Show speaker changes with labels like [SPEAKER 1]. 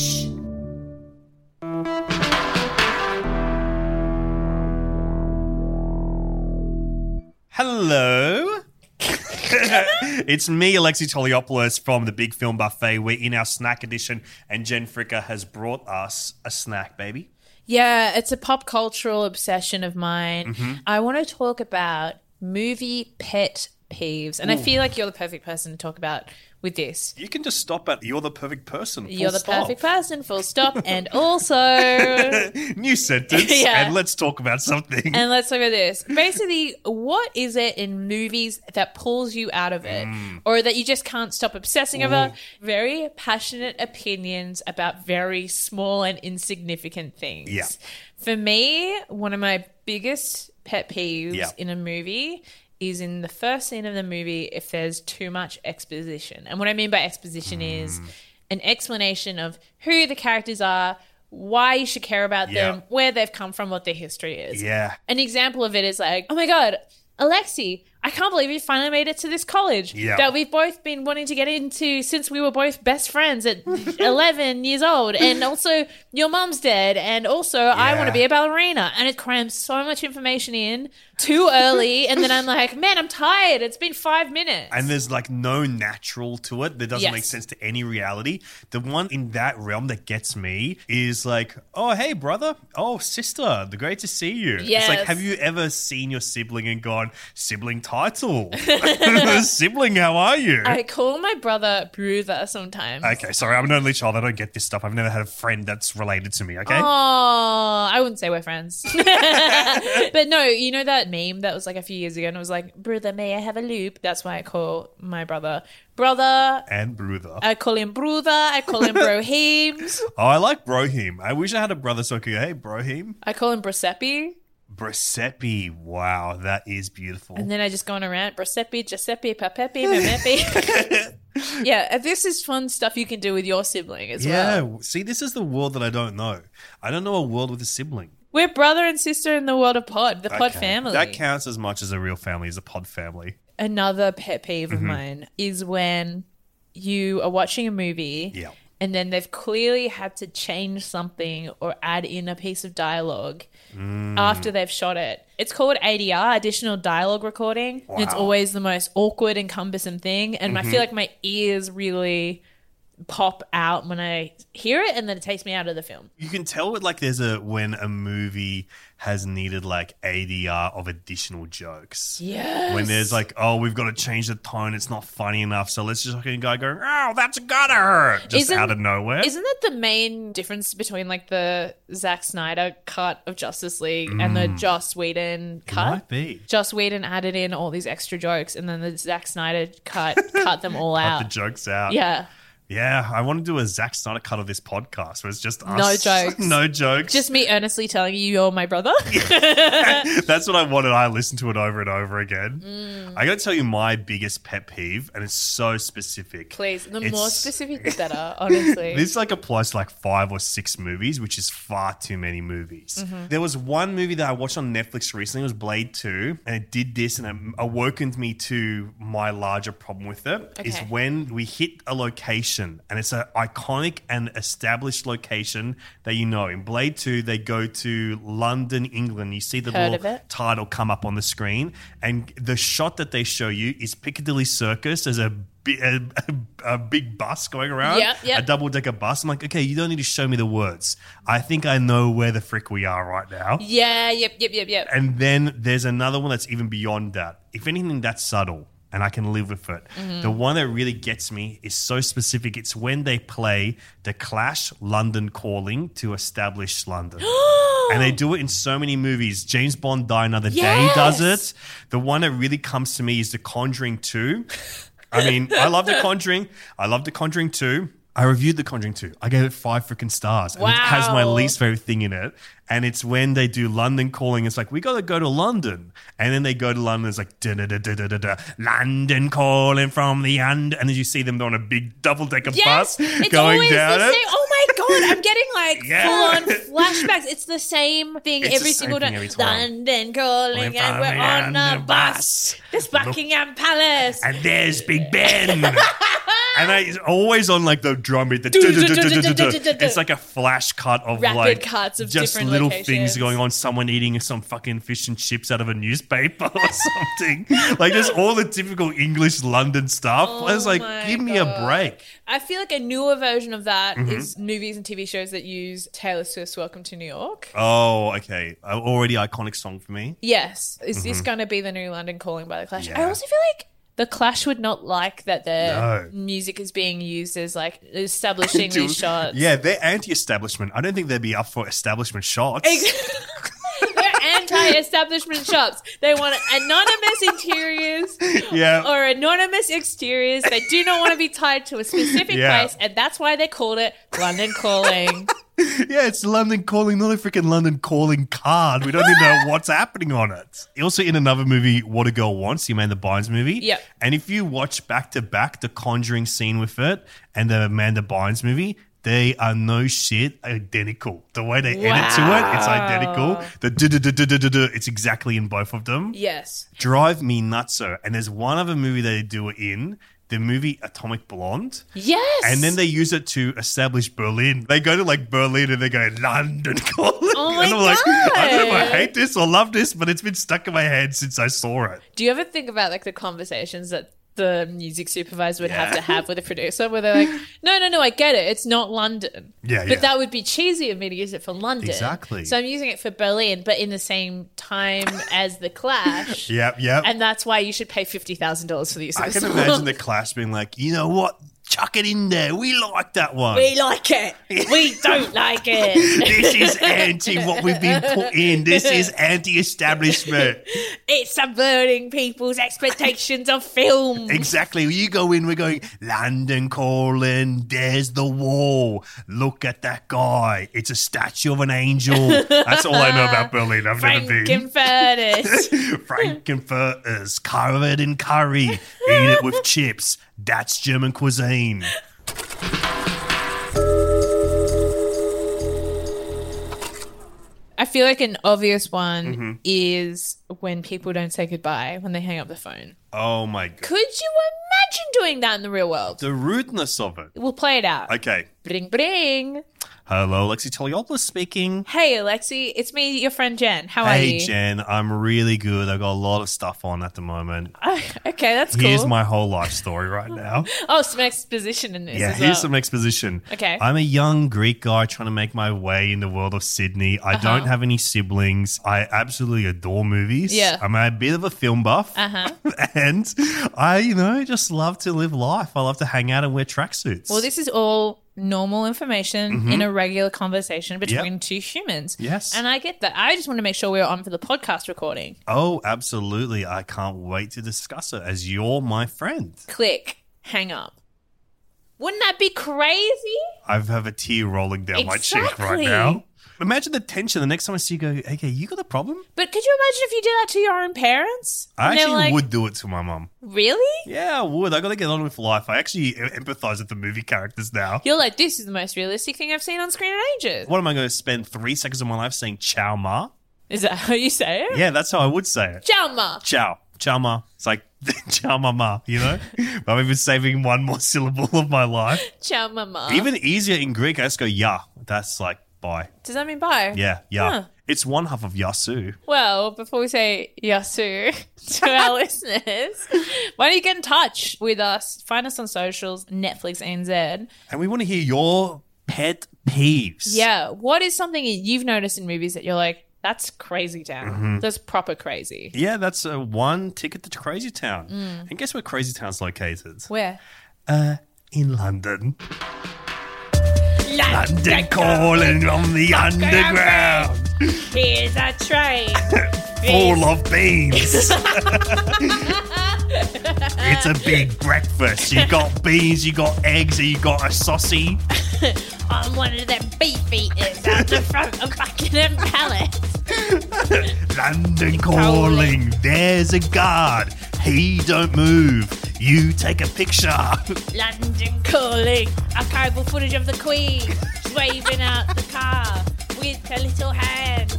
[SPEAKER 1] Shh.
[SPEAKER 2] Hello. it's me, Alexi Toliopoulos from the Big Film Buffet. We're in our snack edition, and Jen Fricker has brought us a snack, baby.
[SPEAKER 1] Yeah, it's a pop cultural obsession of mine.
[SPEAKER 2] Mm-hmm.
[SPEAKER 1] I want to talk about movie pet peeves, and I feel like you're the perfect person to talk about with this.
[SPEAKER 2] You can just stop at you're the perfect person. full
[SPEAKER 1] You're the
[SPEAKER 2] stop.
[SPEAKER 1] perfect person, full stop. And also, and
[SPEAKER 2] New sentence,
[SPEAKER 1] Yeah.
[SPEAKER 2] and let's talk about something.
[SPEAKER 1] let's talk about this. Basically, what is it in movies that pulls you out of it
[SPEAKER 2] Mm.
[SPEAKER 1] or that you just can't stop obsessing over? Very passionate opinions about very small and insignificant things.
[SPEAKER 2] Yeah.
[SPEAKER 1] For me, one of my biggest pet peeves
[SPEAKER 2] Yeah.
[SPEAKER 1] in a movie is in the first scene of the movie if there's too much exposition. And what I mean by exposition is
[SPEAKER 2] Mm.
[SPEAKER 1] an explanation of who the characters are, why you should care about
[SPEAKER 2] Yeah.
[SPEAKER 1] them, where they've come from, what their history is.
[SPEAKER 2] yeah.
[SPEAKER 1] An example of it is like, oh my God, Alexi, I can't believe you finally made it to this college
[SPEAKER 2] Yeah.
[SPEAKER 1] that we've both been wanting to get into since we were both best friends at 11 years old. And also, your mom's dead. And also, I
[SPEAKER 2] Yeah.
[SPEAKER 1] want to be a ballerina. And it crams so much information in too early. and then I'm like, man, I'm tired. It's been five minutes.
[SPEAKER 2] And there's like no natural to it that doesn't
[SPEAKER 1] Yes.
[SPEAKER 2] make sense to any reality. The one in that realm that gets me is like, oh, hey, brother. Oh, sister. The great to see you. It's like,
[SPEAKER 1] Yes.
[SPEAKER 2] have you ever seen your sibling and gone, sibling title? sibling, how are you?
[SPEAKER 1] I call my brother Bruther sometimes.
[SPEAKER 2] okay, sorry. I'm an only child. I don't get this stuff. I've never had a friend that's related to me. Okay.
[SPEAKER 1] Oh, I wouldn't say we're friends. but no, you know that meme that was like a few years ago and it was like, brother, may I have a loop? That's why I call my brother brother.
[SPEAKER 2] And brother.
[SPEAKER 1] I call him brother. I call him Broheems.
[SPEAKER 2] oh, I like Brohim. I wish I had a brother so I could go, hey, Brohim.
[SPEAKER 1] I call him Briseppe.
[SPEAKER 2] Briseppe. Wow, that is beautiful.
[SPEAKER 1] And then I just go on a rant. Briseppe, Giuseppe, Papepe, Memepe. yeah, and this is fun stuff you can do with your sibling as
[SPEAKER 2] Yeah,
[SPEAKER 1] well.
[SPEAKER 2] w- see, this is the world that I don't know. I don't know a world with a sibling.
[SPEAKER 1] We're brother and sister in the world of pod, the pod
[SPEAKER 2] Okay.
[SPEAKER 1] family.
[SPEAKER 2] That counts as much as a real family, as a pod family.
[SPEAKER 1] another pet peeve
[SPEAKER 2] Mm-hmm.
[SPEAKER 1] of mine is when you are watching a movie
[SPEAKER 2] Yeah.
[SPEAKER 1] and then they've clearly had to change something or add in a piece of dialogue
[SPEAKER 2] Mm.
[SPEAKER 1] after they've shot it. It's called ADR, additional dialogue recording. and it's
[SPEAKER 2] Wow. Mm-hmm.
[SPEAKER 1] always the most awkward and cumbersome thing. And I feel like my ears really pop out when I hear it and then it takes me out of the film.
[SPEAKER 2] You can tell with like there's a when a movie has needed like ADR of additional jokes.
[SPEAKER 1] Yes.
[SPEAKER 2] When there's like, oh, we've got to change the tone. It's not funny enough. So let's just look at a guy going, oh, that's gotta hurt, just
[SPEAKER 1] Isn't-
[SPEAKER 2] out of nowhere.
[SPEAKER 1] Isn't that the main difference between like the Zack Snyder cut of Justice League and
[SPEAKER 2] Mm.
[SPEAKER 1] the Joss Whedon
[SPEAKER 2] It
[SPEAKER 1] cut?
[SPEAKER 2] might be.
[SPEAKER 1] Joss Whedon added in all these extra jokes, and then the Zack Snyder cut cut them all
[SPEAKER 2] Cut the
[SPEAKER 1] out.
[SPEAKER 2] jokes out.
[SPEAKER 1] yeah,
[SPEAKER 2] Yeah, I want to do a Zack Snyder cut of this podcast where it's just
[SPEAKER 1] No
[SPEAKER 2] us.
[SPEAKER 1] jokes.
[SPEAKER 2] no jokes.
[SPEAKER 1] just me earnestly telling you you're my brother.
[SPEAKER 2] That's what I wanted. I listened to it over and over again. I got to tell you my biggest pet peeve, and it's so specific.
[SPEAKER 1] Please, the
[SPEAKER 2] It's-
[SPEAKER 1] more specific, the better. Honestly,
[SPEAKER 2] This like applies to like five or six movies, which is far too many movies.
[SPEAKER 1] Mm-hmm.
[SPEAKER 2] There was one movie that I watched on Netflix recently. It was Blade Two, and it did this, and it awokened me to my larger problem with it. Is
[SPEAKER 1] Okay.
[SPEAKER 2] when we hit a location, and it's an iconic and established location that you know. In Blade Two, they go to London, England. You see the
[SPEAKER 1] Heard
[SPEAKER 2] little
[SPEAKER 1] of it.
[SPEAKER 2] title come up on the screen, and the shot that they show you is Piccadilly Circus as a. bi- A, a, a big bus going around,
[SPEAKER 1] Yep, yep.
[SPEAKER 2] a double decker bus. I'm like, okay, you don't need to show me the words. I think I know where the frick we are right now.
[SPEAKER 1] yeah, yep, yep, yep, yep.
[SPEAKER 2] And then there's another one that's even beyond that. If anything, that's subtle and I can live with it. The one that really gets me is so specific. It's when they play the Clash London Calling to establish London. and they do it in so many movies. James Bond Die Another Day does
[SPEAKER 1] Oh. Yes!
[SPEAKER 2] it. The one that really comes to me is The Conjuring 2. I mean, I love The Conjuring. I love The Conjuring 2. I reviewed The Conjuring 2. I gave it five freaking stars. And it has my
[SPEAKER 1] Wow.
[SPEAKER 2] least favorite thing in it. And it's when they do London calling. It's like, we got to go to London. And then they go to London. It's like, da da da da da da. London calling from the under. And then you see them on a big double decker bus
[SPEAKER 1] Yes, it's
[SPEAKER 2] going
[SPEAKER 1] always
[SPEAKER 2] down
[SPEAKER 1] the
[SPEAKER 2] it.
[SPEAKER 1] same. Oh my god, I'm getting like
[SPEAKER 2] Yeah.
[SPEAKER 1] full on flashbacks. It's the same thing
[SPEAKER 2] It's the
[SPEAKER 1] every
[SPEAKER 2] same
[SPEAKER 1] single
[SPEAKER 2] thing
[SPEAKER 1] time.
[SPEAKER 2] every time.
[SPEAKER 1] London calling, and we're on a bus. This Buckingham Palace.
[SPEAKER 2] And there's Big Ben. and I, it's always on like the drum beat. The it's like a flash cut of
[SPEAKER 1] Rapid
[SPEAKER 2] like
[SPEAKER 1] cuts of
[SPEAKER 2] just
[SPEAKER 1] different
[SPEAKER 2] little
[SPEAKER 1] locations.
[SPEAKER 2] things going on. Someone eating some fucking fish and chips out of a newspaper or something. like there's all the typical English London stuff. I was like,
[SPEAKER 1] Oh my
[SPEAKER 2] give me a
[SPEAKER 1] God.
[SPEAKER 2] break.
[SPEAKER 1] I feel like a newer version of that
[SPEAKER 2] Mm-hmm.
[SPEAKER 1] is movies and TV shows that use Taylor Swift's Welcome to New York.
[SPEAKER 2] Oh, okay. A Already iconic song for me.
[SPEAKER 1] Yes. Is this going to be the new London Calling by The Clash? I
[SPEAKER 2] Mm-hmm. Yeah.
[SPEAKER 1] also feel like The Clash would not like that their
[SPEAKER 2] No.
[SPEAKER 1] music is being used as like establishing
[SPEAKER 2] Dude,
[SPEAKER 1] these shots.
[SPEAKER 2] Yeah, they're anti-establishment. I don't think they'd be up for establishment shots.
[SPEAKER 1] They're anti-establishment shops. They want anonymous interiors
[SPEAKER 2] Yeah.
[SPEAKER 1] or anonymous exteriors. They do not want to be tied to a specific
[SPEAKER 2] Yeah.
[SPEAKER 1] place, and that's why they called it London Calling.
[SPEAKER 2] Yeah, it's London Calling, not a freaking London Calling card. We don't even know what's happening on it. Also, in another movie, What a Girl Wants, you made the Bynes movie.
[SPEAKER 1] Yep.
[SPEAKER 2] And if you watch back to back the Conjuring scene with it and the Amanda Bynes movie, they are no shit identical. The way they edit to it, it's identical. The do do do do do do do, it's exactly in both of them.
[SPEAKER 1] yes.
[SPEAKER 2] Drive me nutso. And there's one other movie they do it in. The movie Atomic Blonde.
[SPEAKER 1] Yes.
[SPEAKER 2] And then they use it to establish Berlin. They go to like Berlin and they go London calling.
[SPEAKER 1] Oh my
[SPEAKER 2] and I'm like, I don't know if I
[SPEAKER 1] God.
[SPEAKER 2] hate this or love this, but it's been stuck in my head since I saw it.
[SPEAKER 1] Do you ever think about like the conversations that the music supervisor would have
[SPEAKER 2] Yeah.
[SPEAKER 1] to have with a producer where they're like, no, no, no, I get it. It's not London.
[SPEAKER 2] Yeah,
[SPEAKER 1] But
[SPEAKER 2] yeah.
[SPEAKER 1] that would be cheesy of me to use it for London.
[SPEAKER 2] Exactly.
[SPEAKER 1] So I'm using it for Berlin, but in the same time as The Clash.
[SPEAKER 2] Yep, yep.
[SPEAKER 1] And that's why you should pay $50,000 for the use of
[SPEAKER 2] I
[SPEAKER 1] this
[SPEAKER 2] can
[SPEAKER 1] song.
[SPEAKER 2] imagine the clash being like, you know what? Chuck it in there. We like that one.
[SPEAKER 1] We like it. We don't like it.
[SPEAKER 2] this is anti what we've been put in. This is anti establishment.
[SPEAKER 1] It's subverting people's expectations of film.
[SPEAKER 2] Exactly. You go in, we're going, London calling, there's the wall. Look at that guy. It's a statue of an angel. That's all I know about Berlin. I've never been.
[SPEAKER 1] Frankenfurters.
[SPEAKER 2] Frankenfurters covered in curry. Eat it with chips. That's German cuisine.
[SPEAKER 1] I feel like an obvious one
[SPEAKER 2] Mm-hmm.
[SPEAKER 1] is when people don't say goodbye when they hang up the phone.
[SPEAKER 2] Oh my God.
[SPEAKER 1] Could you imagine doing that in the real world?
[SPEAKER 2] The rudeness of it.
[SPEAKER 1] We'll play it out.
[SPEAKER 2] Okay.
[SPEAKER 1] Bring, bring.
[SPEAKER 2] Hello, Lexi Toliopoulos speaking.
[SPEAKER 1] Hey, Alexi, it's me, your friend Jen. How are
[SPEAKER 2] Hey,
[SPEAKER 1] you?
[SPEAKER 2] Jen. I'm really good. I've got a lot of stuff on at the moment.
[SPEAKER 1] Oh, okay, that's cool.
[SPEAKER 2] Here's my whole life story right now.
[SPEAKER 1] oh, some exposition in this.
[SPEAKER 2] Yeah,
[SPEAKER 1] as
[SPEAKER 2] here's
[SPEAKER 1] well.
[SPEAKER 2] some exposition.
[SPEAKER 1] Okay.
[SPEAKER 2] I'm a young Greek guy trying to make my way in the world of Sydney.
[SPEAKER 1] Uh-huh.
[SPEAKER 2] I don't have any siblings. I absolutely adore movies.
[SPEAKER 1] Yeah.
[SPEAKER 2] I'm a bit of a film buff.
[SPEAKER 1] Uh-huh.
[SPEAKER 2] and I, you know, just love to live life. I love to hang out and wear tracksuits.
[SPEAKER 1] Well, this is all normal information in a regular conversation between two humans.
[SPEAKER 2] Mm-hmm. Yes.
[SPEAKER 1] And I get that. I just want to make sure we're on for the podcast recording.
[SPEAKER 2] Oh, absolutely. I can't wait to discuss it as you're my friend.
[SPEAKER 1] Click, hang up. Wouldn't that be crazy?
[SPEAKER 2] I have a tear rolling down my cheek right
[SPEAKER 1] Exactly.
[SPEAKER 2] now. Imagine the tension the next time I see you go, okay, you got a problem?
[SPEAKER 1] But could you imagine if you did that to your own parents?
[SPEAKER 2] I
[SPEAKER 1] And they're
[SPEAKER 2] actually
[SPEAKER 1] like,
[SPEAKER 2] would do it to my mum.
[SPEAKER 1] Really?
[SPEAKER 2] Yeah, I would. I got to get on with life. I actually empathize with the movie characters now.
[SPEAKER 1] You're like, this is the most realistic thing I've seen on screen in ages.
[SPEAKER 2] What am I going to spend three seconds of my life saying chow ma?
[SPEAKER 1] Is that how you say it?
[SPEAKER 2] Yeah, that's how I would say it.
[SPEAKER 1] Chalma.
[SPEAKER 2] Chow. Chow ma. It's like chow ma ma, you know? I'm even saving one more syllable of my life.
[SPEAKER 1] Chalma.
[SPEAKER 2] Even easier in Greek, I just go ya. That's like bye.
[SPEAKER 1] Does that mean bye?
[SPEAKER 2] Yeah, ya.
[SPEAKER 1] Huh.
[SPEAKER 2] It's one half of yasu.
[SPEAKER 1] Well, before we say Yasu to our listeners, why don't you get in touch with us? Find us on socials, Netflix NZ.
[SPEAKER 2] And we want to hear your pet peeves.
[SPEAKER 1] Yeah. What is something you've noticed in movies that you're like, that's crazy town. That's proper crazy.
[SPEAKER 2] Mm-hmm. Yeah, that's uh, one ticket to Crazy Town.
[SPEAKER 1] Mm.
[SPEAKER 2] And guess where Crazy Town's located?
[SPEAKER 1] Where?
[SPEAKER 2] Uh, in London. London calling from the underground,
[SPEAKER 1] Here's our train.
[SPEAKER 2] full of beans. it's a big breakfast. You got beans, you got eggs, and you got a saucy.
[SPEAKER 1] I'm one of them beef eaters out the front of Buckingham Palace.
[SPEAKER 2] London calling. There's a guard. He don't move. You take a picture.
[SPEAKER 1] London calling. Archival footage of the Queen waving out the car with her little hand.